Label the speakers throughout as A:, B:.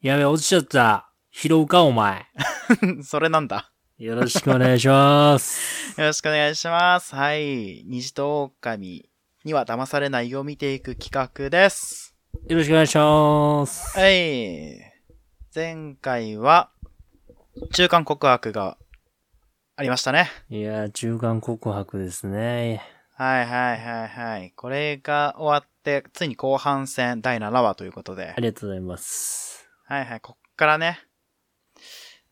A: やべ、落ちちゃった。拾うか、お前。
B: それなんだ。
A: よろしくお願いします。
B: よろしくお願いします。はい。虹と狼には騙されないを見ていく企画です。
A: よろしくお願いします。
B: はい。前回は、中間告白がありましたね。
A: いやー、中間告白ですね。
B: はいはいはいはい。これが終わって、ついに後半戦第7話ということで
A: あ。りがとうございます。
B: はいはい、こっからね。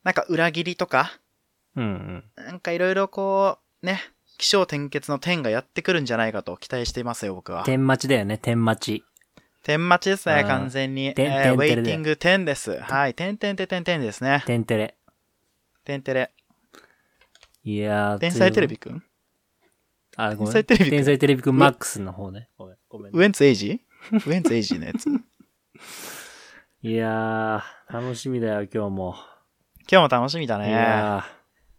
B: なんか裏切りとか、
A: うんうん。
B: なんかいろいろこう、ね、気象転結の天がやってくるんじゃないかと期待していますよ、僕は。
A: 天待ちだよね、天待ち。
B: 天待ちです
A: あ
B: ね、
A: ー
B: 完全に。え
A: 天
B: ー
A: 天
B: ウェ
A: てれで
B: イティング10です。はい、天天て天天ですね。
A: 天テレ。
B: 天てれ。
A: いやー。
B: 天才テレビくん
A: あ、ごめん。
B: 天才テレビくん
A: 天才テレビくんマックスの方ね。ごめん、ごめん。
B: ウエンツエイジウエンツエイジのやつ。 今
A: いやー、楽しみだよ、今日も。
B: 日も楽しみだ
A: い
B: ね。だか
A: や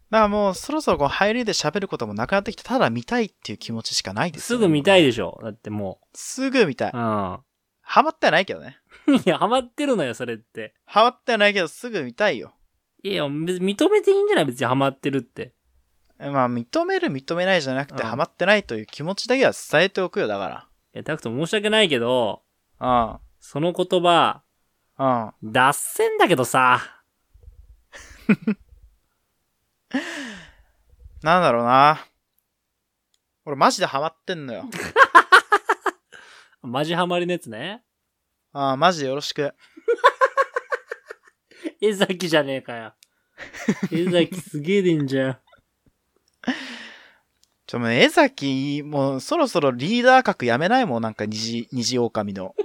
B: らもうそろそろこう入りで喋ることもなくなってきて、ただ見たいっていう気持ちしかない
A: ー、
B: です
A: す
B: よ
A: ぐ見たいでしょ。だっても。
B: すぐ見たいう
A: う。ん。
B: ハマってはないけどね。
A: いや、ハマってるのよ、それって。
B: ハマってはないけど、すぐ見たいよ。
A: いや、別に認めていいんじゃない別にハマってるって。
B: まあ、認める、認めないじゃなくて、
A: うん
B: ハマってないという気持ちだけは伝えておくよ、だか
A: いや、タクト申し訳ないけど、
B: ら。
A: その言葉、
B: うん。うん。
A: 脱線だけどさ。
B: なんだろうな。俺、マジでハマってんのよ。
A: マジハマりのやつね。
B: ああ、マジでよろしく。
A: 江崎じゃねえか よ。江崎すげえでんじゃん。
B: ちょ、もう、江崎、もう、そろそろリーダー格やめないもん、なんか、虹、虹狼の。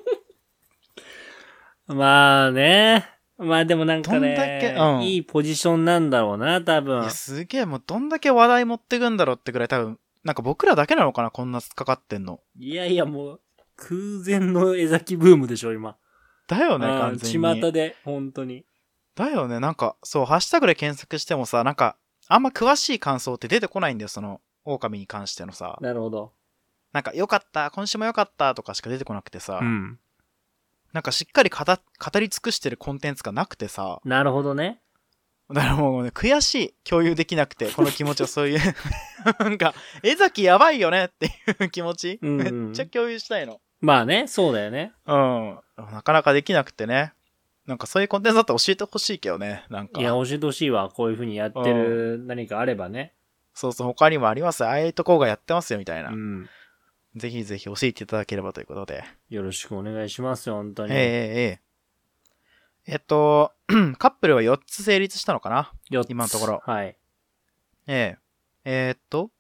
A: まあね。まあでもなんか
B: どんだけ
A: ね、
B: うん
A: いいポジションなんだろうな、多
B: い
A: 分
B: や、。すげえ、もう、どんだけ話題持ってくんだろうってくらい、多分、なんか僕らだけなのかな、こんな突っかかってんの。
A: いやいや、もう、空前の江崎ブームでしょ、今。
B: だよね、
A: うん
B: 完全に。
A: 巷で、本当に。
B: だよね、なんか、そう、ハッシュタグで検索してもさ、なんか、あんま詳しい感想って出てこないんだよ、その、狼に関してのさ。
A: なるほど。
B: なんか、良かった、今週も良かったとかしか出てこなくてさ、
A: うん。
B: なんかしっかり語語り尽くしてるコンテンツがなくてさ、
A: なるほどね。
B: だからもうね、悔しい、共有できなくて、この気持ちをそういう、 なんか、江崎やばいよねっていう気持ち、
A: うんうん
B: めっちゃ共有したいの。
A: まあね、そうだよね。
B: うん。なかなかできなくてね。なんかそういうコンテンツだったら教えてほしいけどね、なんか。
A: いや、教えてほしいわ。こういう風にやってる何かあればね。
B: そうそう、他にもあります。ああいうとこがやってますよ、みたいな。
A: うん。
B: ぜひぜひ教えていただければということで。
A: よろしくお願いしますよ、本当
B: ええ
A: に。
B: えええええっと、 カップルは4つ成立したのかな
A: 四つ
B: 今のところ
A: はい。
B: えええーっと、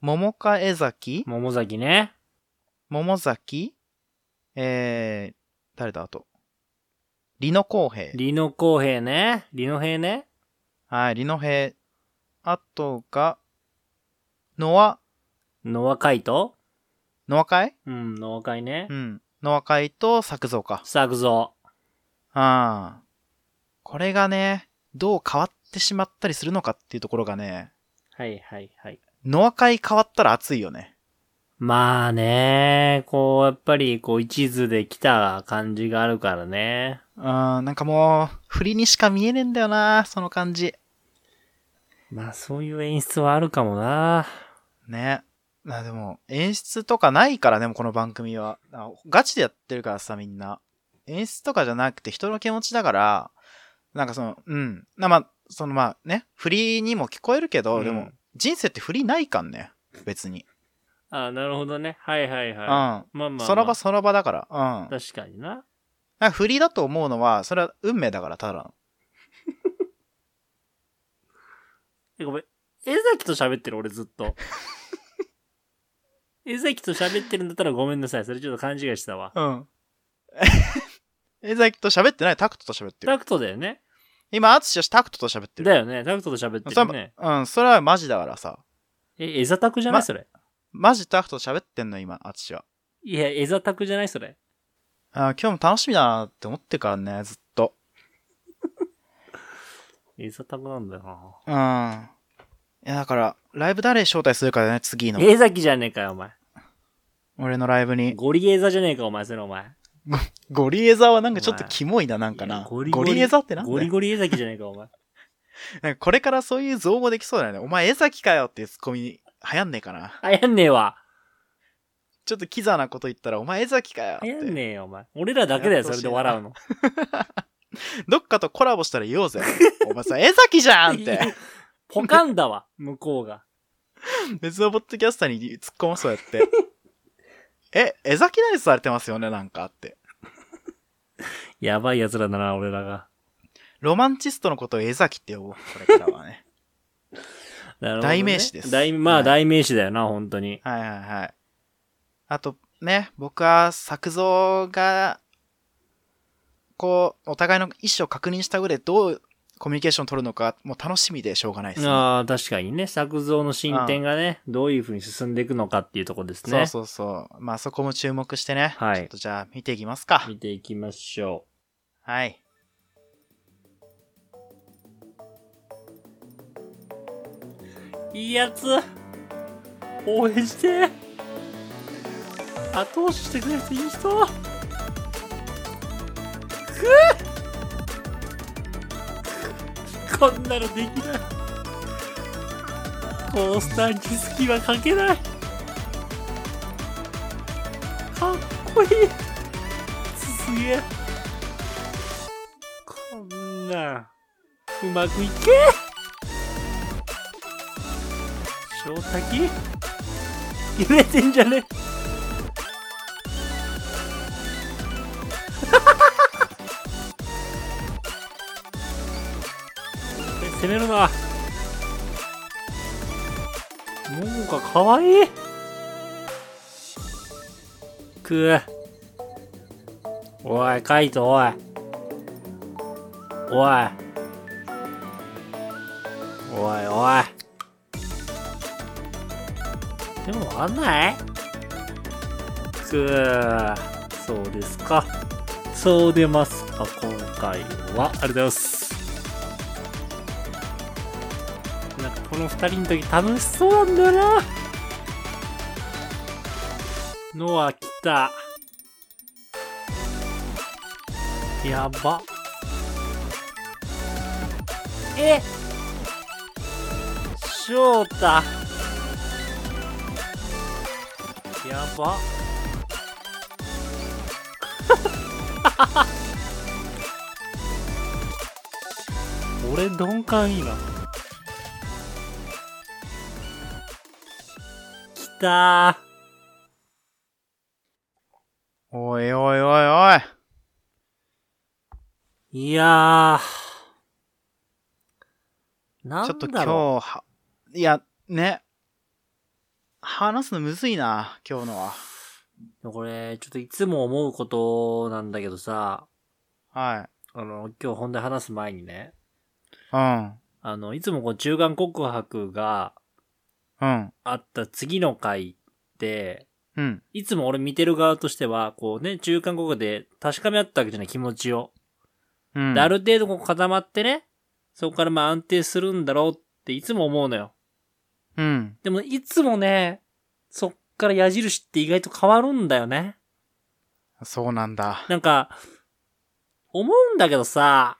B: 桃か江崎、
A: 桃崎ね。
B: 桃崎、えー、誰だあと。李野公平。
A: リノ公平ね。リノ平ね。
B: はい、李野平。あとが、ノア、
A: ノアカイト
B: ノア会
A: うん、ノアカイね
B: う。ん。ノア会と作造か。
A: 作造。
B: ああ。これがね、どう変わってしまったりするのかっていうところがね、
A: はいはいはい。
B: ノア会変わったら熱いよね。
A: まあね、こう、やっぱり、こう、一途で来た感じがあるからね。
B: うん、なんかもう、振りにしか見えねえんだよな、その感じ。
A: まあ、そういう演出はあるかもな。
B: ね。あでも、演出とかないからね、もうこの番組は。あガチでやってるからさ、みんな。演出とかじゃなくて人の気持ちだから、なんかその、うん。なまあ、そのまあね、振りにも聞こえるけど、
A: うん
B: でも、人生って振りないかんね。別に。
A: あなるほどね。はいはいはい。
B: うん。
A: まあまあ、まあ。
B: その場その場だから。うん。
A: 確かにな。
B: なんか振りだと思うのは、それは運命だから、ただの。
A: えごめん。江崎と喋ってる、俺ずっと。 江崎と喋ってるんだったらごめんなさい。それちょっと勘違いしたわ。
B: うん。江崎と喋ってない、タクトと喋ってる。
A: タクトだよね。
B: 今、アツシはタクトと喋ってる。
A: だよね。タクトと喋ってる
B: そ
A: よ
B: れ
A: ね。
B: はうん、それはマジだからさ。
A: え、エザタクじゃない
B: ま
A: それ。
B: マジタクトと喋ってんの、今、アツシは。
A: いや、エザタクじゃないそれ。
B: あー今日も楽しみだなって思ってからね、ずっと。
A: エザタクなんだよな。
B: うん。いや、だから、ライブ誰招待するかだね、次の。
A: 江崎じゃねえかよ、お前。
B: 俺のライブに。
A: ゴリエザじゃねえか、お前、それお前。
B: ゴリエザはなんかちょっとキモいな、なんかな。ゴリエザってなんだ
A: ゴリ
B: よ
A: ゴリ江崎じゃないか、お前。
B: なんかこれからそういう造語できそうだよね。お前江崎かよっていうツッコミ流行んねえかな。
A: はやんねえわ。
B: ちょっとキザなこと言ったら、お前江崎かよっ
A: はやん
B: て。
A: ねえよ、お前。俺らだけだよ、それで笑うの。
B: どっかとコラボしたら言おうぜ。 お前さ、江崎じゃ んって。
A: ポカンだわ、向こうが。
B: 別のポッドキャスターに突っ込まそうやって。え、江崎ナイスされてますよね、なんかって。
A: やばい奴らだな、俺らが。
B: ロマンチストのことを江崎って呼ぼう。これからはね。
A: なるほどね
B: 代名詞です
A: 代ま
B: は
A: あ、
B: い
A: 代名詞だよな、本当に。
B: はいはいはい。あとね、僕は作造が、こう、お互いの意思を確認した上でどうコミュニケーションを取るのか、もう楽しみでしょうがないですね。
A: ああ、確かにね、作造の進展がね、どういう風に進んでいくのかっていうとこです
B: そう
A: ね。
B: そうそう。まあそこも注目してね。
A: はい
B: ちょっとじゃあ見ていきますか。
A: 見ていきましょう。
B: はい。
A: いいやつ応援して後押ししてくれる人いい人くっこんなのできないコースターに好きはかけないかっこいいすげえこんなんうまくいけ翔太揺れてんじゃね え攻めるな桃かかわいいくうおいカイトおいおいおいおいでもあんないくーそうですか。そう出ますか、今回は。ありがとうございます。なんかこの二人の時楽しそうなんだよな。ノア来た。やば。え翔太。やば。俺鈍感いいな。きた
B: おいおいおいおい。
A: ー。いやー。なん
B: ちょっと今
A: だ
B: 日
A: ろ
B: は、いや、ね。話すのむずいな、今日のは。
A: う。これ、ちょっといつも思うことなんだけどさ、
B: はい。
A: あの、今日本題話す前にね、
B: うん。
A: あの、いつもこう中間告白が
B: うん。
A: あった次の回って、
B: うん。
A: いつも俺見てる側としては、こうね、中間国で確かめ合ったわけじゃない気持ちを。
B: うん。
A: で、ある程度こう固まってね、そこからまあ安定するんだろうっていつも思うのよ。
B: うん。
A: でもいつもね、そっから矢印って意外と変わるんだよね。
B: そうなんだ。
A: なんか、思うんだけどさ、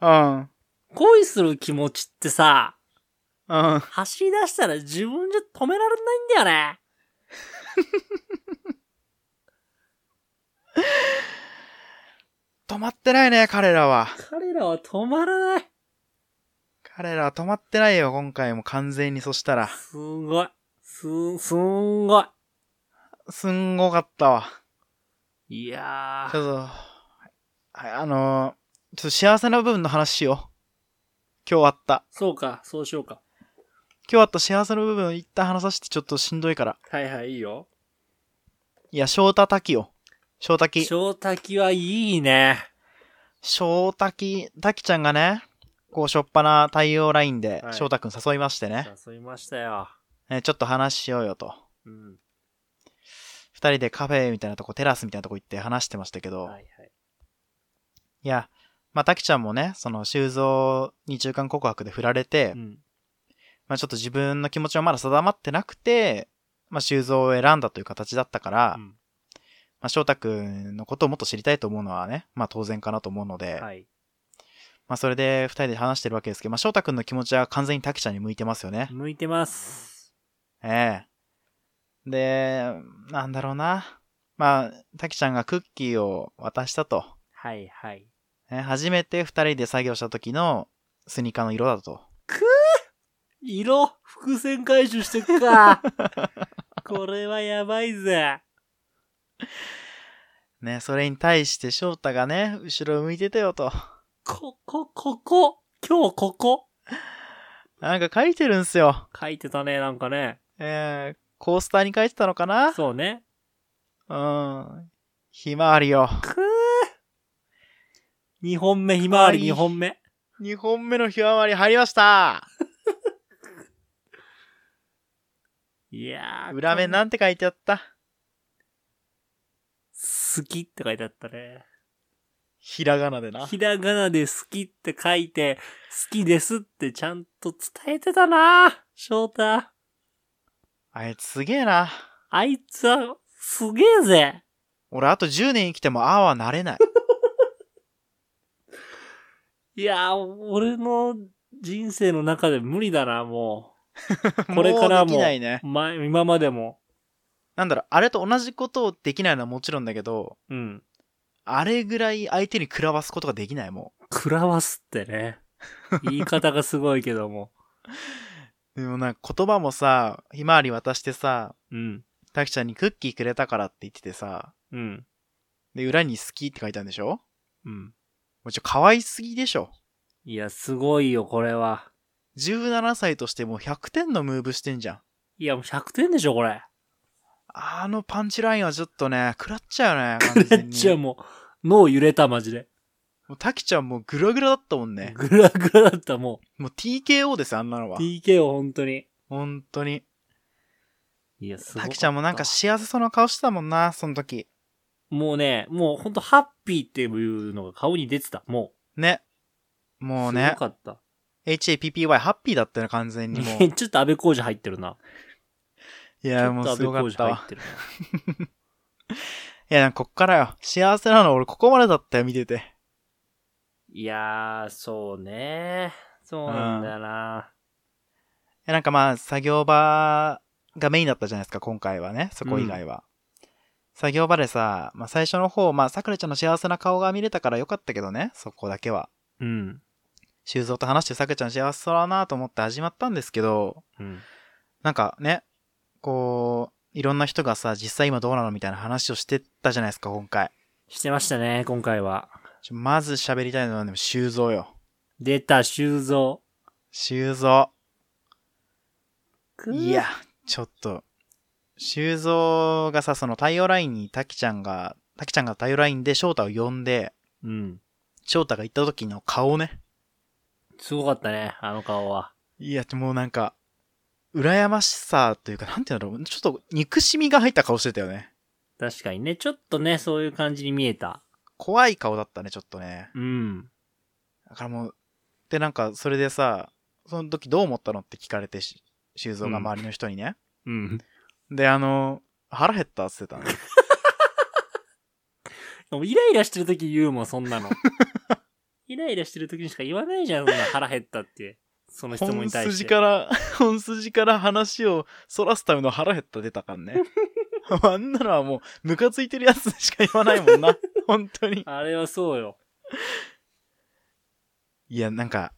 B: うん。うん。
A: 恋する気持ちってさ、
B: あ
A: 走り出したら自分じゃ止められないんだよね。
B: 止まってないね、彼らは。
A: 彼らは止まらない。
B: 彼らは止まってないよ、今回も完全にそしたら。
A: すんごい。す、すんごい。
B: すんごかったわ。
A: いや
B: ちょ
A: ー。
B: っと、はい、あのー、ちょっと幸せな部分の話しよう。今日あった。
A: そうか、そうしようか。
B: 今日あった幸せの部分一旦話させてちょっとしんどいから。
A: はいはい、いいよ。
B: いや、翔太滝よ。翔滝。
A: 小滝はいいね。
B: 翔滝、滝ちゃんがね、こう、しょっぱな太陽ラインで
A: はい
B: 翔太くん誘いましてね、
A: 誘いましたよ。
B: ねちょっと話しようよと。
A: うん。
B: 二人でカフェみたいなとこ、テラスみたいなとこ行って話してましたけど、
A: はいはい。
B: いや、まあ、滝ちゃんもね、その、修造に中間告白で振られて、
A: うん。
B: まあ、ちょっと自分の気持ちはまだ定まってなくて、まあ、修造を選んだという形だったから、
A: うん
B: まあ、翔太くんのことをもっと知りたいと思うのはね、まあ当然かなと思うので、
A: はい。
B: まあそれで二人で話してるわけですけど、まあ翔太くんの気持ちは完全に滝ちゃんに向いてますよね。
A: 向いてます。
B: ええで、なんだろうな。まあ、滝ちゃんがクッキーを渡したと。
A: はいはい。
B: ね初めて二人で作業した時のスニーカーの色だと。
A: 色伏線回収してっか。 これはやばいぜ。
B: ね、それに対して翔太がね、後ろ向いてたよと。
A: ここ、ここ。今日ここ。
B: なんか書いてるんすよ。
A: 書いてたね、なんかね。
B: ええコースターに書いてたのかな
A: そうね。
B: うん。ひまわりよ。
A: くー。二本目、ひまわり
B: かわい
A: 二
B: い
A: 本目。
B: 2本目のひまわり入りました
A: いやー。
B: 裏面なんて書いてあった
A: 好きって書いてあったね。
B: ひらがなでな。
A: ひらがなで好きって書いて、好きですってちゃんと伝えてたな翔太。
B: あいつすげえな。
A: あいつは、すげえぜ。
B: 俺あと10年生きてもああはなれない。
A: いやー、俺の人生の中で無理だな、も これからも
B: うできないね。
A: う。前、今までも。
B: なんだろう、あれと同じことをできないのはもちろんだけど、
A: うん。
B: あれぐらい相手に食らわすことができない、も
A: 食らわすって ね。言い方がすごいけども。
B: う。でもなんか言葉もさ、ひまわり渡してさ、
A: うん。
B: たきちゃんにクッキーくれたからって言っててさ、
A: うん。
B: で、裏に好きって書いたんでしょ
A: うん。
B: もうちょ、可愛すぎでしょ。
A: いや、すごいよ、これは。
B: 17歳としてもう100点のムーブしてんじゃん。
A: いや、もう100点でしょ、これ。
B: あのパンチラインはちょっとね、食らっちゃうよね。
A: くれっちゃう
B: も
A: もう、脳揺れた、マジで。
B: う。たきちゃんもうグラグラだったもんね。
A: グラグラだった、も
B: もう TKO ですよ、あんなの
A: う。
B: は。
A: TK を本当に。
B: 本当に。
A: いや、すごい。
B: たきちゃんもなんか幸せそうな顔してたもんな、その時。
A: もうね、もうほんとハッピーっていうのが顔に出てた、も
B: ね。
A: う。
B: もうね
A: す、ごかった。
B: HAPPY ハッピーだったよね、完全にもう。い
A: ちょっと安倍浩二入ってるな。
B: や、もうすごかっ
A: ちょ
B: た
A: と安倍浩二入
B: わ
A: っ。てるな。
B: いや、こっからよ。幸せなの俺ここまでだったよ、見てて。
A: いやー、そうね。そうなんだよな。
B: いやなんかまあ、作業場がメインだったじゃないですか、今回はね。そこ以外は。作業場でさ、まあ最初の方、まあ、さくらちゃんの幸せな顔が見れたからよかったけどね、そこだけは。
A: うん。
B: 修造と話してさくらちゃん幸せそうだなと思って始まったんですけど、
A: うん。
B: なんかね、こう、いろんな人がさ、実際今どうなのみたいな話をしてたじゃないですか、今回。
A: してましたね、今回は。
B: ちょまず喋りたいのはでも修造よ。
A: 出た、修造。
B: 修造。いや、ちょっと、修造がさ、その太陽ラインに滝ちゃんが、滝ちゃんが太陽ラインで翔太を呼んで、
A: うん。
B: 翔太が行った時の顔ね。
A: すごかったね、あの顔は。
B: いや、もうなんか、羨ましさというか、なんていうんだろう、ちょっと憎しみが入った顔してたよね。
A: 確かにね、ちょっとね、そういう感じに見えた。
B: 怖い顔だったね、ちょっとね。
A: うん。
B: だからもう、で、なんか、それでさ、その時どう思ったのって聞かれてし、修造が周りの人にね。
A: うん。
B: で、あの、腹減ったって言ってたね。
A: でもイライラしてる時言うもん、そんなの。 イライラしてる時にしか言わないじゃん、そんな腹減ったって。その質問
B: 本
A: に対し
B: 筋
A: て。
B: から、 本筋から話を反らすための腹減った出たからね。 あんなのはもう、ムカついてるやつしか言わないも んな。本当に。
A: あれはそうよ。
B: いや、なんか、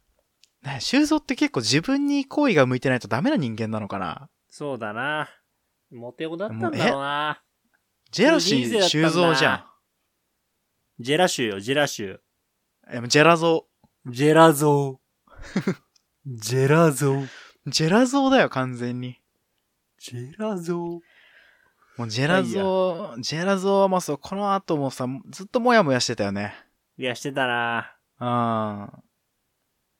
B: ね修造って結構自分に好意が向いてないとダメな人間なのかな。
A: そうだな。モテ男だったんだろうな。
B: ジェラシ
A: 人生
B: ー
A: だったんだ
B: 修造じゃ
A: ジェラ州よ、ジェラ州。
B: ん。えジェラゾ
A: ジェラゾ ー。ジェラゾー。
B: ウ。ジェラゾウだよ、完全に。
A: ジェラゾ
B: もうジェラゾウ、ジェラゾウはもうそう、この後もさ、ずっとモヤモヤしてたよね。
A: ー。いや、してたな。
B: うん。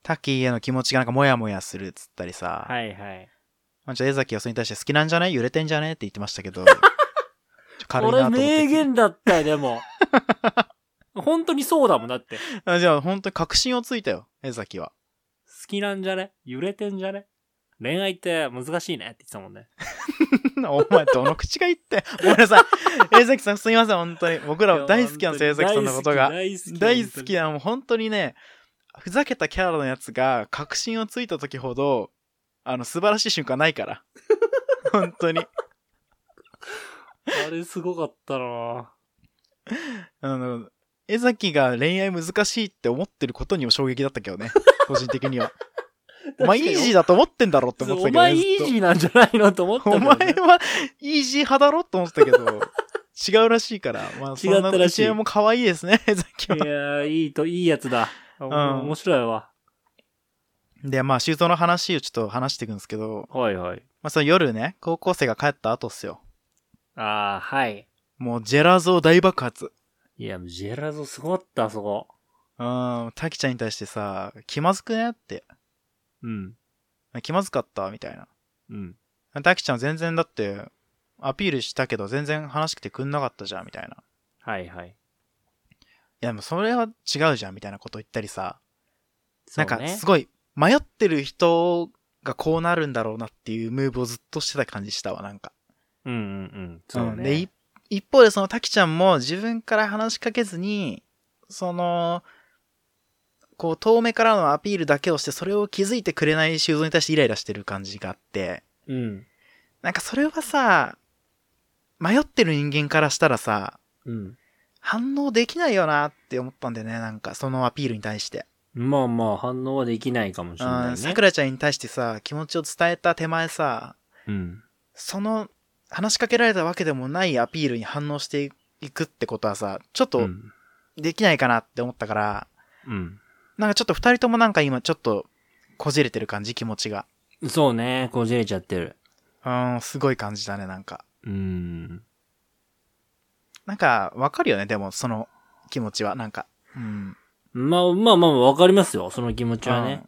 B: タッキーへの気持ちがなんかモヤモヤするっつったりさ。
A: はいはい。
B: まあ、じゃあ江崎はそれに対して好きなんじゃね揺れてんじゃねって言ってましたけ ど。ちょ
A: こ
B: 軽いなと
A: れ
B: 思って。
A: 名言だったよ、でも。 本当にそうだもん、だって。好
B: あじゃあ本当に確信をついたよ、江崎は。
A: きなんじゃね揺れてんじゃね恋愛って難しいねって言ってたもんね。
B: お前、どの口が言ってん。ごめんな さい。江崎さん、すみません、本当に。僕ら大好きなんです、江崎さんのことが。
A: 大好き
B: 大好きな、もう本当にね、ふざけたキャラのやつが、確信をついた時ほど、あの、素晴らしい瞬間ない から。本当に。
A: あれすごかったな
B: あの、江崎が恋愛難しいって思ってることにも衝撃だったけどね。個人的には。お前、イージーだと思ってんだろって思ってた
A: お
B: けど
A: 前
B: ね。
A: イ
B: ず
A: ー
B: っと
A: ジーなんじゃないのと思った
B: お
A: け
B: 前
A: どね
B: はイージー派だろって思ってたけど、違うらしいから。 まあ、そん
A: 違
B: な
A: ったらしい
B: 一円も可愛いですね、江 崎
A: い
B: は。
A: やーいいと、いいやつだ。
B: ん
A: 面白いわ。
B: で、まあ、修造の話をちょっと話していくんですけど、
A: はいはい。
B: まあ、その夜ね、高校生が帰った後っすよ。
A: ああ、はい。
B: もう、ジェラゾー大爆発。
A: いや、ジェラゾすごかった、あそこ。
B: うん、滝ちゃんに対してさ、気まずくねって。
A: うん。
B: 気まずかったみたい
A: うん。
B: な。滝ちゃん全然だって、アピールしたけど全然話してくんなかったじゃん、みたいな。
A: はいはい。
B: いや、でもそれは違うじゃん、みたいなこと言ったりさ。
A: そ
B: なん
A: うね
B: かすごい迷ってる人がこうなるんだろうなっていうムーブをずっとしてた感じしたわ、なんか。
A: うんうんうん。そうね。
B: んで、い一方でそのタキちゃんも自分から話しかけずに、その、こう遠目からのアピールだけをしてそれを気づいてくれない修造に対してイライラしてる感じがあって、
A: うん。
B: なんかそれはさ、迷ってる人間からしたらさ、
A: うん。
B: 反応できないよなって思ったんだよね、なんかそのアピールに対して。
A: まあまあ、反応はできないかもしれない
B: うん
A: ね。
B: さくらちゃんに対してさ、気持ちを伝えた手前さ、
A: うん。
B: その話しかけられたわけでもないアピールに反応していくってことはさ、ちょっ
A: う
B: と
A: ん。
B: できないかなって思ったから、
A: うん。
B: なんかちょっと二人ともなんか今ちょっとこじれてる感じ、気持ちが。
A: そうね。こじれちゃってる。
B: うん、すごい感じだね、なんか。
A: うん。
B: なんかわかるよね、でもその気持ちは、なんか。うん。
A: まあまあまあ、わかりますよ。その気持ちはね。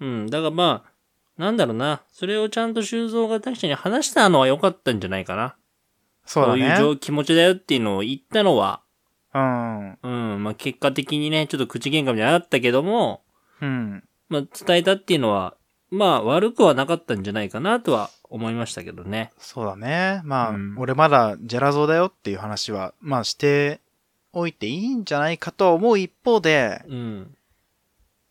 A: うん。だからまあ、なんだろうな。それをちゃんと修造が確かに話したのは良かったんじゃないかな。
B: そうだ
A: いう
B: ね。
A: 状気持ちだよっていうのを言ったのは、
B: うん。
A: うん。まあ結果的にね、ちょっと口喧嘩みたいになったけども、
B: うん。
A: まあ伝えたっていうのは、まあ悪くはなかったんじゃないかなとは思いましたけどね。
B: そうだね。まあ、
A: うん
B: 俺まだジェラゾーだよっていう話は、まあしておいていいんじゃないかとは思う一方で、
A: うん。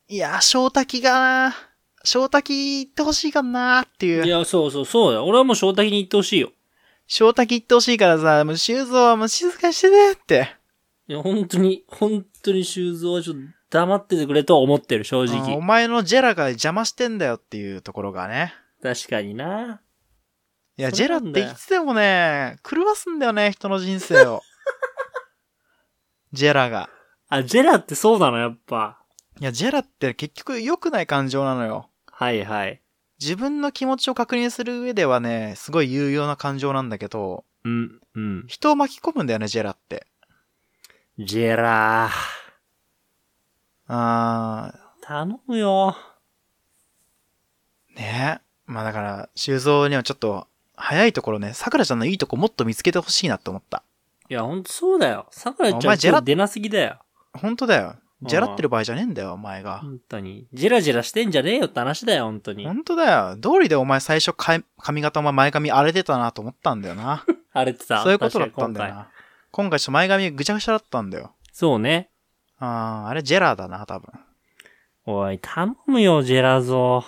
B: いや、翔滝がな、翔滝行ってほしいかなっていう。
A: いや、そうそう、そうだよ。俺はもう正滝に言ってほしいよ。
B: 翔太行ってほしいからさ、もう修造はもう静かにしてねって。
A: いや、本当に、本当に修造はちょっと黙っててくれとは思ってる、正
B: あお
A: 直。
B: 前のジェラが邪魔してんだよっていうところがね。
A: 確かにな。
B: いや、ジ
A: そ
B: ェ
A: れな
B: ラっ
A: んだ
B: て
A: よ
B: いつでもね、狂わすんだよね、人の人生を。ジェラが。
A: あ、ジェラってそうなの、やっぱ。
B: いや、ジェラって結局良くない感情なのよ。
A: はいはい。
B: 自分の気持ちを確認する上ではね、すごい有用な感情なんだけど、
A: うん、うん。
B: 人を巻き込むんだよね、ジェラって。
A: ジェラー。
B: あー、
A: 頼むよ。
B: ねまあだから、修造にはちょっと、早いところね、桜ちゃんのいいとこもっと見つけてほしいなって思った。
A: いや、ほんとそうだよ。桜
B: お
A: ちゃん
B: 前ジェラ
A: 今日出なすぎだよ。
B: 本当だよ。
A: うん
B: じゃらってる場合じゃねえんだよ、お前が。
A: 本当に。ジェラジェラしてんじゃねえよって話だよ、本当に。
B: 本当だよ。道理でお前最初かい髪型お前前髪荒れてたなと思ったんだよ な。
A: 荒れてた。
B: そういうことだったん
A: 確かに今
B: だよ
A: 回
B: な。今回ちょっと前髪ぐちゃぐちゃだったんだよ。
A: そうね。
B: あー、あれジェラーだな、多分。
A: おい、頼むよ、ジェラゾ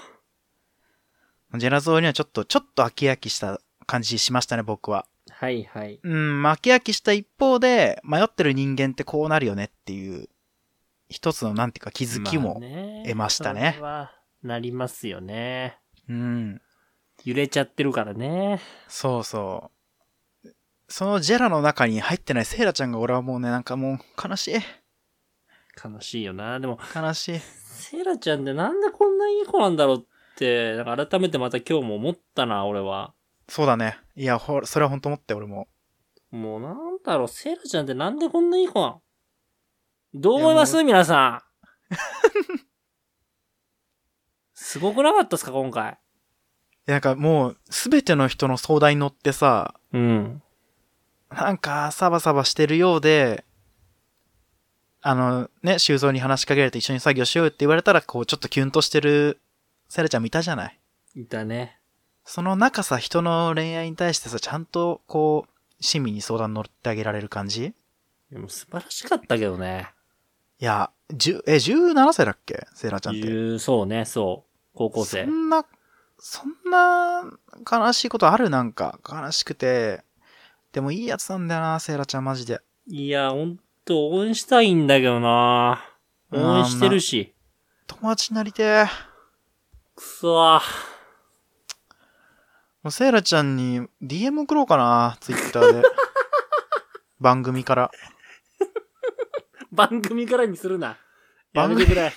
B: ジェラ像にはちょっと、ちょっと飽き飽きした感じしましたね、僕は。
A: はいはい。
B: うん、まあ飽き飽きした一方で、迷ってる人間ってこうなるよねっていう、一つのなんていうか気づきも。得ましたね
A: それはなりますよね。
B: うん。
A: 揺れちゃってるからね。
B: そうそう。そのジェラの中に入ってないセイラちゃんが俺はもうね、なんかもう悲しい。
A: 悲しいよな。でも、
B: 悲しい。
A: セイラちゃんってなんでこんないい子なんだろうって、なんか改めてまた今日も思ったな、俺は。
B: そうだね。いや、ほ、それは本当思って、俺も。
A: もうなんだろう、セイラちゃんってなんでこんないい子なのどう思います
B: いや
A: 皆さん。すごくなかったですか今回。
B: いやなんかもう、すべての人の相談に乗ってさ、
A: うん。
B: なんか、サバサバしてるようで、あの、ね、修造に話しかけられて一緒に作業しようよって言われたら、こう、ちょっとキュンとしてる、セラちゃん見たじゃない。
A: いたね。
B: その中さ、人の恋愛に対してさ、ちゃんとこう、親身に相談乗ってあげられる感じ
A: でも素晴らしかったけどね。
B: いや、十、え、17歳だっけセイラちゃんって。
A: いう、そうね、そう。高校生
B: そ。んな、そんな悲しいことあるなんか、悲しくて。でもいいやつなんだよな、セイラちゃんマジで。
A: いや、ほんと応援したいんだけどな応援してるし。
B: 友達になりてえ。
A: くそー。
B: もうセイラちゃんに DM 送ろうかな、ツイッ ターで。番組から。
A: 番組からにするな。や
B: 番
A: め
B: 組
A: てくれ。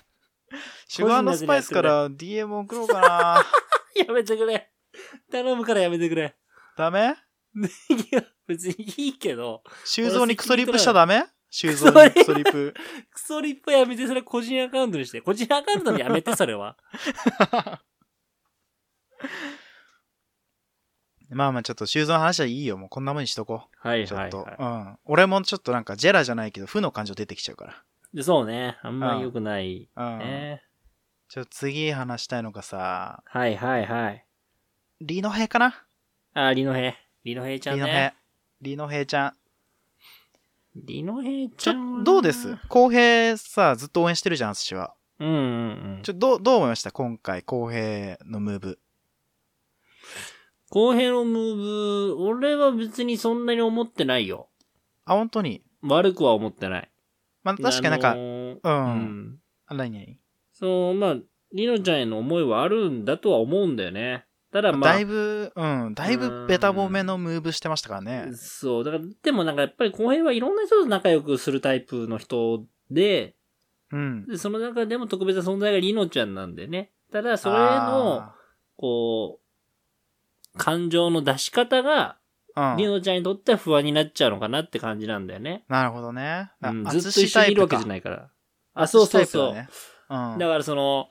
B: シュガーのスパイスから DM 送ろうかな。
A: やめてくれ。頼むからやめてくれ。
B: ダメ
A: いや、別にいいけど、
B: 修造にクソリップしちゃダメ修
A: ク
B: 造
A: ソリッ
B: に
A: プ
B: クソリップ。
A: クソリップやめて、それ個人アカウントにして。個人アカウントにやめて、それは。
B: まあまあちょっと修造の話はいいよ。もうこんなもんにしとこ
A: はいは
B: う。
A: い、
B: ちょ
A: は
B: っと。
A: い。
B: うん。俺もちょっとなんかジェラじゃないけど、負の感情出てきちゃうか
A: でそうね。あんまり良くない。
B: ら。うん。
A: ね。
B: ちょっと次話したいのがさ、
A: はいはいはい。
B: リノヘイかな
A: あ、リノヘイ。リノヘイちゃん
B: リノ
A: ね
B: ヘ。イ。リノヘイちゃん。
A: リノヘイち
B: ち
A: ゃんは
B: ょ、
A: な
B: どうです公平さ、ずっと応援してるじゃん、私は。
A: うんうんうん
B: ち。ょ、どう、どう思いました今回、公平のムーブ。
A: 公平のムーブ、俺は別にそんなに思ってないよ。
B: あ、本当に。
A: 悪くは思ってない。
B: まあ、確かになん
A: あ
B: か、
A: のー
B: うん。
A: うん。
B: あ、何々
A: そう、まあ、リノちゃんへの思いはあるんだとは思うんだよね。ただまあ
B: だい、ぶ、うん、だいうぶ
A: ん
B: ベタ褒めのムーブしてましたからね。
A: そう、だから、でもなんかやっぱり公平はいろんな人と仲良くするタイプの人で、
B: うん。
A: でその中でも特別な存在がリノちゃんなんでね。ただ、それの、
B: あ
A: こう、感情の出し方が、
B: ー、う
A: リ
B: ん。
A: ノちゃんにとっては不安になっちゃうのかなって感じなんだよね。
B: なるほどね。
A: うん、
B: あ
A: ずっと一緒にいるわけじゃないから。あ、そうそうそう。
B: ね、うん
A: だ。からその、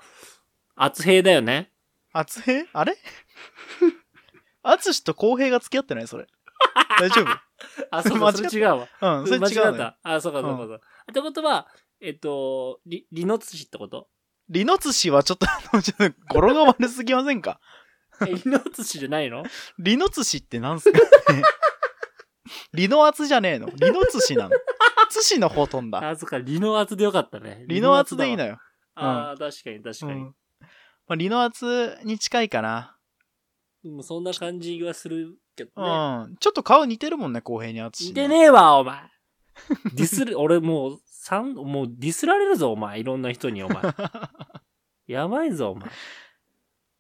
A: 厚兵だよね。
B: 厚平あれ厚しと公平が付き合ってないそれ。大丈
A: あ、そう
B: 間違
A: だ、
B: っ
A: そ
B: た
A: れ違うわ。
B: 夫うん、それ違う
A: 間違
B: の
A: っ
B: よ。
A: た。あ、そうか、そうか、そうか。ってことは、えっと、り、りのつしって こと
B: リノツシはちょっと、あの、ちょっと、語呂が悪すぎませんか
A: え、りのつしじゃないの
B: リノツシってな んすかリノアツじゃねえのリノツシなのツシの方飛んだ。
A: あ、そっか、りの厚でよかったね。
B: リノアツでいい
A: よ
B: のよ。
A: ああ、確かに、確か
B: う
A: に。
B: んまあ、リノアツに近いかな。
A: でもそんな感じはするけどね。
B: うん。ちょっと顔似てるもんね、公平に厚
A: 似てねえわ、お前。ディスる、 俺もう、さん、もうディスられるぞ、お前。いろんな人に、お 前。やばいぞ、お前。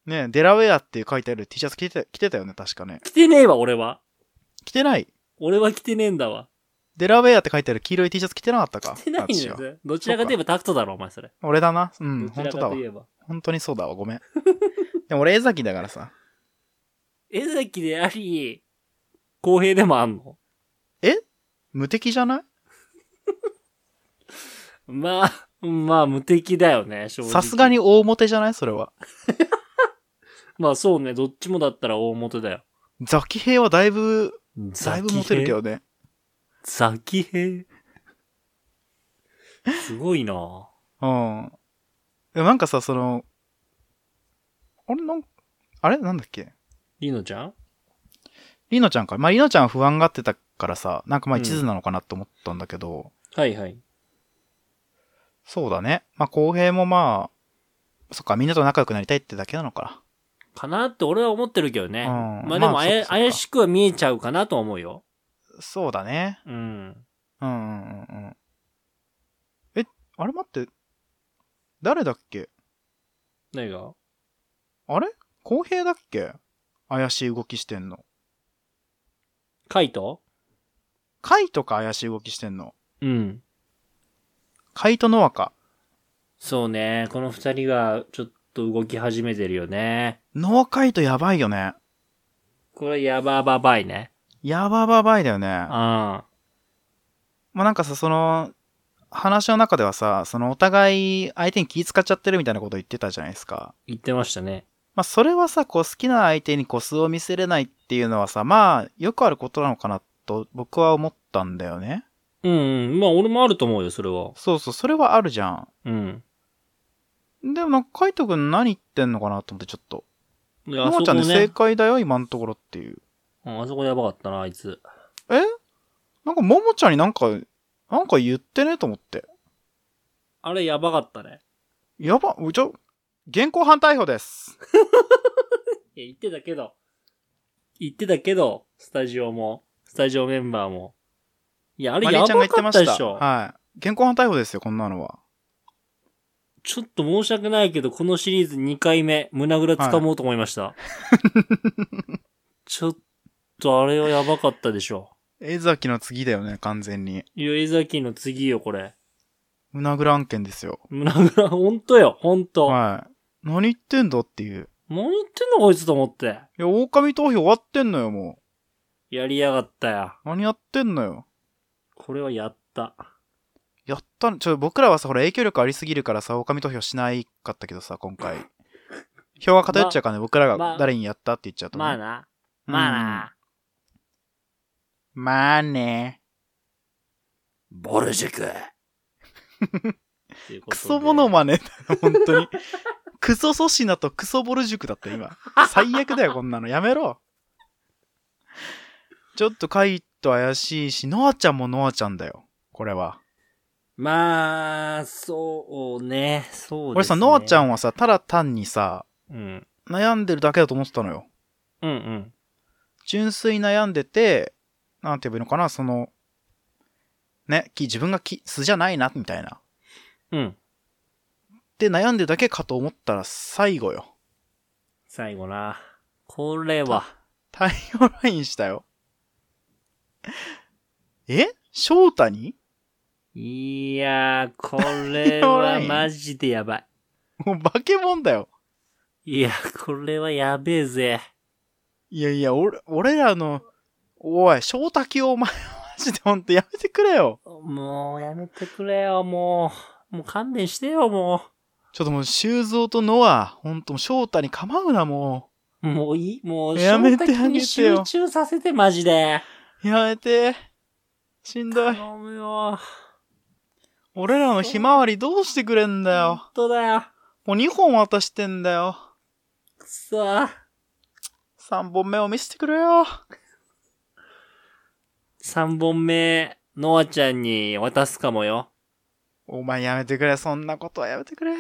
B: ねデラウェアって書いてある T シャツ着てた着てたよね、確かね。
A: 来てねえわ、俺は。
B: 着てない。
A: 俺は来てねえんだわ。
B: デラウェアって書いてある黄色い T シャツ着てなかったか
A: 来てないんだ
B: 私は
A: よ。どちらかといえばタクトだろ、お前、それ。
B: 俺だな。う
A: ど
B: ん、
A: ち
B: 本
A: ら
B: 当
A: か
B: だわ
A: とい。えば。
B: 本当にそうだわ、ごめん。でも俺、江崎だからさ。
A: 江崎であり、公平でもあんの
B: 無敵じゃない
A: まあ、まあ無敵だよね、正直。
B: さすがに。大モテじゃないそれは。
A: まあそうね、どっちもだったら大元だよ。
B: ザキヘイはだいぶ、だいぶモテるけ
A: ど
B: どね。
A: ザキヘイすごいなぁ
B: うん。でもなんかさ、その、あれ、なん、あれなんだっけ
A: リノちゃん
B: りのちゃんか。まあ、りのちゃんは不安がってたからさ、なんかまあ一途なのかなと思ったんだけど、
A: はいはい。
B: そうだね。まあ、公平もまあ、そっか、みんなと仲良くなりたいってだけなのか
A: かなって俺は思ってるけどね。
B: うん
A: まあでも
B: まあ
A: あ
B: そっ
A: や、
B: かそっか
A: 怪しくは見えちゃうかなとは思うよ。
B: な。そうだね。
A: うん。
B: うんうんうんうん。え、あれ待って。誰だっけ
A: 何が
B: あれ公平だっけ怪しい動きしてんの。
A: カイト
B: カイトか怪しい動きしてんの。
A: うん。
B: カイトノアか。
A: そうね、この二人がちょっと動き始めてるよね。
B: ノアカイトやばいよね。
A: これやばばばいね。
B: やばばばいだよね。
A: あ
B: まあ、なんかさ、その、話の中ではさ、そのお互い相手に気使っちゃってるみたいなこと言ってたじゃないですか。
A: 言ってましたね。
B: まあ、それはさ、こう、好きな相手に個数を見せれないっていうのはさ、まあ、よくあることなのかなと、僕は思ったんだよね。
A: うん、うん。まあ俺もあると思うよ、それは。
B: そうそう、それはあるじゃん。
A: うん。
B: でもなんか、カイト君何言ってんのかなと思って、ちょっと。
A: いや、
B: も
A: あそ
B: もちゃ
A: こ
B: んで正
A: ね、
B: 解だよ、今のところっていう。
A: うん、あそこやばかったな、あいつ。
B: なんか、ももちゃんになんか、なんか言ってねと思って。
A: あれやばかったね。
B: やば、うちょ、現行犯逮捕です。
A: いや、言ってたけど、言ってたけど、スタジオも、スタジオメンバーも。いや、あれ
B: マリ
A: や
B: ーちゃんが
A: ば
B: 言って
A: か
B: ま
A: った
B: し。
A: でしたょ。
B: はい。現行犯逮捕ですよ、こんなのは。
A: ちょっと申し訳ないけど、このシリーズ2回目、胸ぐら掴もうと思いま した。ちょっとあれはやばかったでしょ。
B: 江崎の次だよね、完全に。
A: いや、江崎の次よ、これ。
B: 胸ぐら案件ですよ。
A: 胸ぐら、ほんとよ、ほんと。
B: はい。何言ってんだっていう。
A: 何言ってんの、こいつと思って。
B: いや、狼投票終わってんのよ、も
A: やりやがったよ。
B: う。何やってんのよ。
A: これはやった。
B: やったのちょ、僕らはさ、ほら、影響力ありすぎるからさ、狼投票しないかったけどさ、今回。票が偏っちゃうからね、僕ら
A: まあ
B: が誰にやったって言っちゃうとね、
A: まあな。まあな。
B: うん。まあね。
A: ボルジュク。
B: クソモノマネだよ、本当に。クソ粗品とクソボル塾だって今。最 悪だよ、こんなの。やめろ。ちょっとカイト怪しいし、ノアちゃんもノアちゃんだよ。これは。
A: まあ、そうね。そうですね。
B: 俺さ、ノアちゃ
A: ん。
B: んはさ、ただ単にさ、
A: うん。
B: 悩んでるだけだと思ってたのよ。
A: うんうん。
B: 純粋に悩んでて、なんて言えばいいのかな、その、ね、き自分がき素じゃないな、みたいな。
A: うん。
B: で、悩んでるだけかと思ったら、最後よ。
A: 最後な。これは。
B: 対応ラインしたよ。え翔太に
A: いやー、こ れ
B: やば
A: はいマジでやばい。
B: もう化け物だよ。
A: いや、これはやべえぜ。
B: いやいや、俺、俺らの、おい、翔太級お前、マジでほんとやめてくれよ。
A: もうやめてくれよ、もう。もう勘弁してよ、も
B: ちょっともう、修造とノア、ほんともう翔太に構うな、も
A: う。もういい、もう、
B: やめてあげてよ
A: 正直に集中させて、マジで。
B: う。やめて。しんどい。
A: 頼むよ。
B: 俺らのひまわりどうしてくれんだ
A: 本
B: よ。
A: 当だよ。
B: もう2本渡してんだよ。
A: くそー。
B: 3本目を見せてくれよ。
A: 3本目、ノアちゃんに渡すかもよ。
B: お前やめてくれ。そんなことはやめてくれ。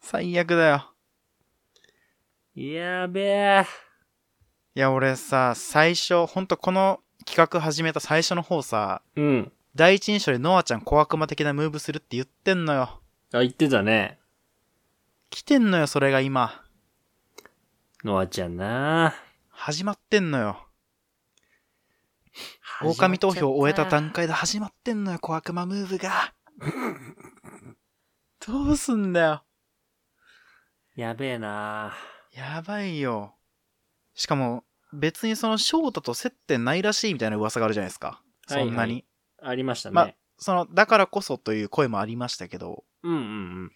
B: 最悪だよ。
A: やべえ。
B: いや、俺さ、最初、ほんとこの企画始めた最初の方さ、
A: うん。
B: 第一印象でノアちゃん小悪魔的なムーブするって言ってんのよ。
A: あ、言ってたね。
B: 来てんのよ、それが今。
A: ノアちゃんな。
B: 始まってんのよ。狼投票を終えた段階で始まってんのよ、小悪魔ムーブが。どうすんだよ。
A: やべえな。
B: やばいよ。しかも、別にその翔太と接点ないらしいみたいな噂があるじゃないですか。そん
A: は
B: なに。
A: いはいありましたね。
B: まその、だからこそという声もありましたけど、
A: うんうん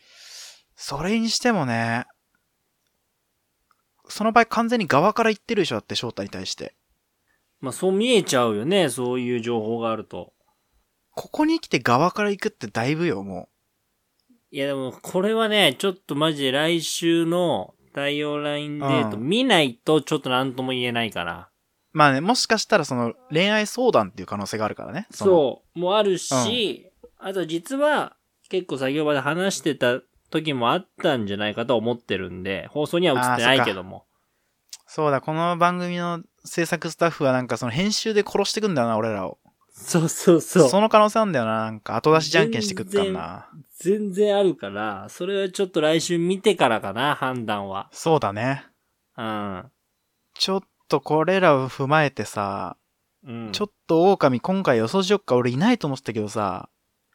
B: それにしてもね、その場合完全に側から言ってるでしょだって翔太に対して。
A: まあそう見えちゃうよね、そういう情報があると。
B: ここに来て側から行くってだいぶよ、も
A: いやでも、これはね、ちょっとマジで来週の対応ラインデート
B: うん
A: 見ないとちょっと何とも言えないから。
B: う。まあね、もしかしたらその恋愛相談っていう可能性があるからね。の
A: そう、もあるし、あと実は結構作業場で話してた時もあったんじゃないかと思ってるんで、放送には映ってないけども。
B: そうだ、この番組の制作スタッフはなんかその編集で殺してくんだよな、俺らを。
A: そうそうそう。
B: の可能性あんだよな、なんか後出しじゃんけんしてくっからな。
A: 全然あるから、それはちょっと来週見てからかな、判断は。
B: そうだね。
A: うん。
B: ちょっとこれらを踏まえてさ、
A: うん、
B: ちょっと狼今回予想しよっか、俺いないと思ってたけどさ、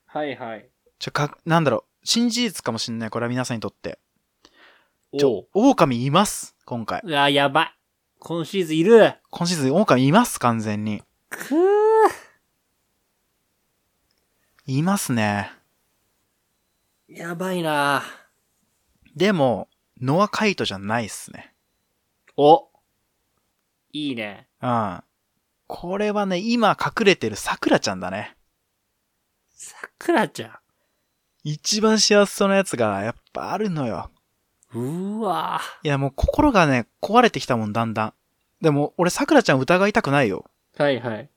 A: はいはい。
B: ちょ、か、なんだろう、新事実かもしんない、これは皆さんにとって。ち
A: お
B: ょ、狼います、今回。
A: うわ、やばい。今シーズンいる。
B: 今シーズン狼います、完全に。
A: くー。
B: いますね。
A: やばいな
B: でも、ノアカイトじゃないっすね。
A: お。いいね。
B: うん。これはね、今隠れてる桜ちゃんだね。
A: さくらちゃん。
B: 一番幸せそうなやつがやっぱあるのよ。
A: うわ
B: いや、もう心がね、壊れてきたもん、だんだん。でも、俺、桜ちゃんを疑いたくないよ。
A: はいはい。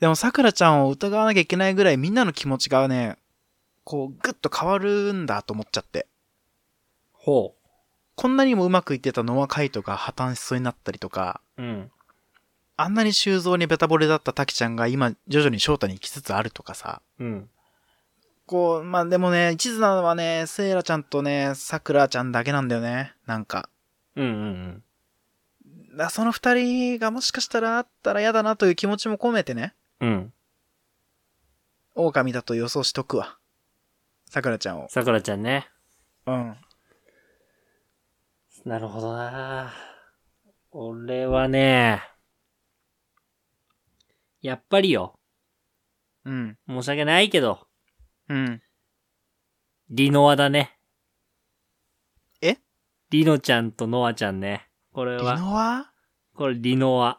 B: でも、桜ちゃんを疑わなきゃいけないぐらい、みんなの気持ちがね、こう、ぐっと変わるんだと思っちゃって。
A: ほ
B: こんなにもうまくいってたノアカイトが破綻しそうになったりとか、
A: う。うん。
B: あんなに修造にベタボレだった滝ちゃんが今、徐々に翔太に行きつつあるとかさ。
A: うん。
B: こう、まあ、でもね、一途なのはね、セイラちゃんとね、桜ちゃんだけなんだよね。なんか。
A: うんうんうん。
B: だその二人がもしかしたらあったら嫌だなという気持ちも込めてね、
A: うん。
B: 狼だと予想しとくわ。桜ちゃんを。
A: さくらちゃんね。
B: うん。
A: なるほどな俺はね、やっぱりよ。
B: うん。
A: 申し訳ないけど、
B: うん。
A: リノアだね。
B: え
A: リノちゃんとノアちゃんね。これ
B: リ
A: は、
B: ノは
A: これリノア。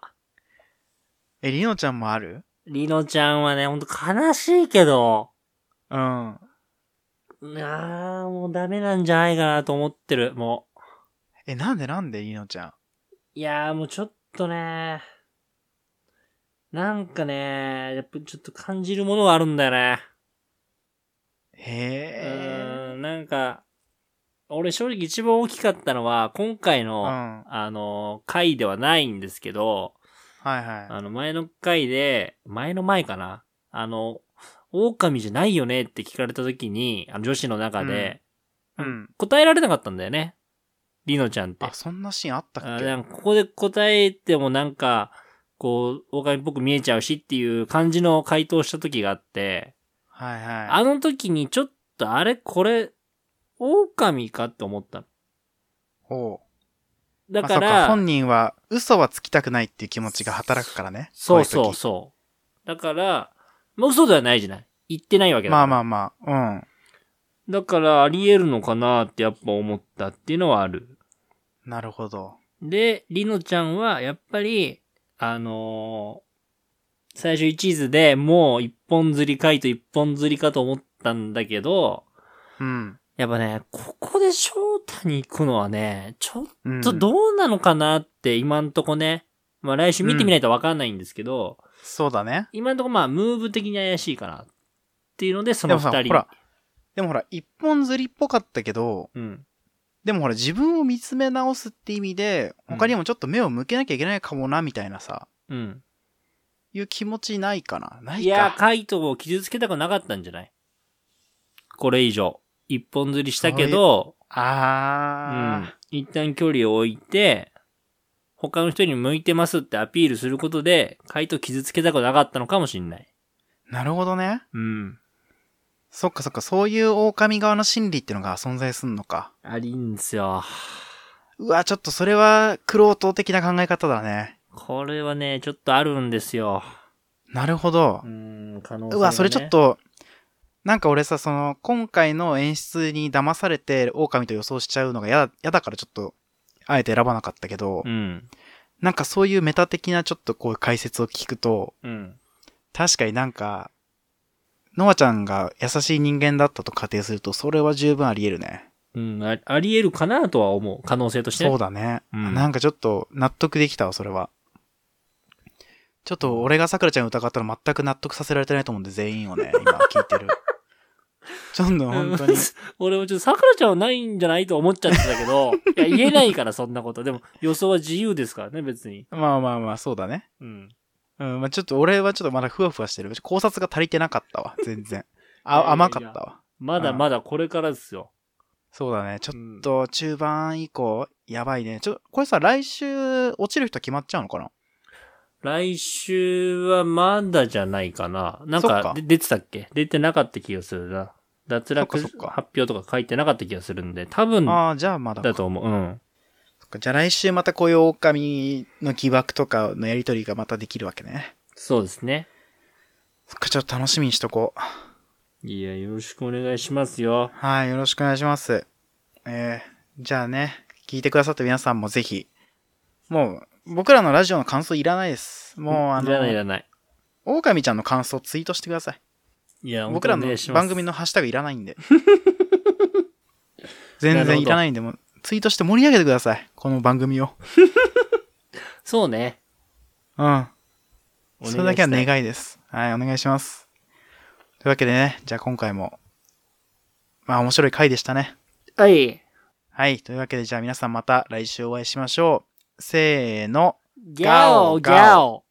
B: え、リノちゃんもある
A: リノちゃんはね、ほんと悲しいけど、
B: うん。
A: なあ、もうダメなんじゃないかなと思ってる、もう。
B: え、なんでなんでリノちゃん。
A: いやーもうちょっとね、なんかね、やっぱちょっと感じるものがあるんだよね。う
B: へえ。
A: ーん、なんか、俺正直一番大きかったのは、今回
B: う
A: の、
B: ん。はい
A: あの、回ではないんですけど、
B: は
A: あの、前の回で、前の前かなあの、狼じゃないよねって聞かれた時に、あの女子の中で、
B: い。うん。
A: 答えられなかったんだよね。りのちゃんって
B: あ、。そんなシーンあった
A: あな
B: っけ
A: んかここで答えてもなんか、こう、狼っぽく見えちゃうしっていう感じの回答をした時があって、
B: はいはい。
A: あの時にちょっと、あれこれ、狼かって思ったの。
B: ほう。
A: だ
B: まあ
A: か
B: そっ
A: ら、
B: か、本人は嘘はつきたくないっていう気持ちが働くからね。
A: そうそ
B: こいう
A: そう。だから、まあ嘘ではないじゃない。言ってないわけ
B: 時
A: だ
B: まあ
A: あ。
B: まあまあ。うん。
A: だから、あり得るのかなってやっぱ思ったっていうのはある。
B: なるほど。
A: で、りのちゃんは、やっぱり、あのー最初一途でもう一本釣りかいと一本釣りかと思ったんだけど、
B: うん。
A: やっぱね、ここで翔太に行くのはね、ちょっ
B: うん
A: とどうなのかなって今んとこね、まあ来週見てみないとわかんないんですけど、
B: そうだね。
A: 今のところまあ、ムーブ的に怪しいかな。っていうので、そ
B: で
A: の
B: も
A: 二
B: さ、
A: 人。
B: ほら、でもほら、一本釣りっぽかったけど、
A: うん。
B: でもほら、自分を見つめ直すって意味で、
A: うん
B: 他にもちょっと目を向けなきゃいけないかもな、みたいなさ、
A: うん。
B: いう気持ちないかな。ないか。
A: いや、カイトを傷つけたくなかったんじゃないこれ以上。一本釣りしたけど、う
B: あー、
A: ん。一旦距離を置いて、他の人に向いてますってアピールすることで、カイトを傷つけたくなかったのかもしんない。
B: なるほどね。
A: うん。
B: そっかそっか、そういう狼側の心理ってのが存在すんのか。
A: ありんすよ。
B: うわ、ちょっとそれは、苦労党的な考え方だね。
A: これはね、ちょっとあるんですよ。
B: なるほど
A: う。ん、可能性がね
B: うわ、それちょっ。と、なんか俺さ、その、今回の演出に騙されて、狼と予想しちゃうのが嫌だ嫌だからちょっと、あえて選ばなかったけど、
A: うん。
B: なんかそういうメタ的なちょっとこういう解説を聞くと、
A: うん。
B: 確かになんか、ノアちゃんが優しい人間だったと仮定すると、それは十分あり得るね。
A: うん、ああり得るかなとは思う。可能性としてね。
B: そうだね、
A: うん
B: なんかちょっと納得できたわ、それは。ちょっと俺が桜ちゃんを疑ったら全く納得させられてないと思うんで、全員 をね、今聞いてる。ちょっと本当に。
A: 俺もちょっと、桜ちゃんはないんじゃないと思っちゃってたけど、い や、言えないから、そんなこと。でも、予想は自由ですからね、別に。
B: まあまあまあ、そうだね。
A: うん。
B: うん、まあちょっと俺はちょっとまだふわふわしてる。考察が足りてなかったわ、全然。
A: いやいやい
B: あ、
A: や
B: 甘かったわ。
A: まだまだこれからですよ。
B: そうだね。ちょ
A: う
B: っ
A: ん
B: と、中盤以降、やばいね。ちょ、これさ、来週、落ちる人決まっちゃうのかな
A: 来週はまだじゃないかな。なん
B: そっ
A: か、
B: か
A: で出てたっけ出てなかった気がするな。脱落
B: そっ
A: 発
B: かそっか
A: 表とか書いてなかった気がするんで、多分だ
B: ああ、じゃあまだか。
A: と思う。うん。
B: そっかじゃあ来週またこういう狼の疑惑とかのやりとりがまたできるわけね。
A: そうですね。
B: そっか、ちょっと楽しみにしとこう。
A: いや、よろしくお願いしますよ。
B: はい、よろしくお願いします。えー、じゃあね、聞いてくださった皆さんもぜひ、もう、僕らのラジオの感想いらないです。もう、あ
A: いらないいら
B: の、
A: ない。
B: 狼ちゃんの感想ツイートしてください。
A: いや、
B: 僕ら
A: 本当
B: の
A: お願いします
B: 番組のハッシュタグいらないんで。全然いらないんで、もうツイートして盛り上げてください。この番組を。
A: そうね。
B: うん。
A: お願いしたい
B: それだけは願いです。はい、お願いします。というわけでね、じゃあ今回も、まあ面白い回でしたね。
A: はい。
B: はい、というわけでじゃあ皆さんまた来週お会いしましょう。せーの。
A: ギャオギャオ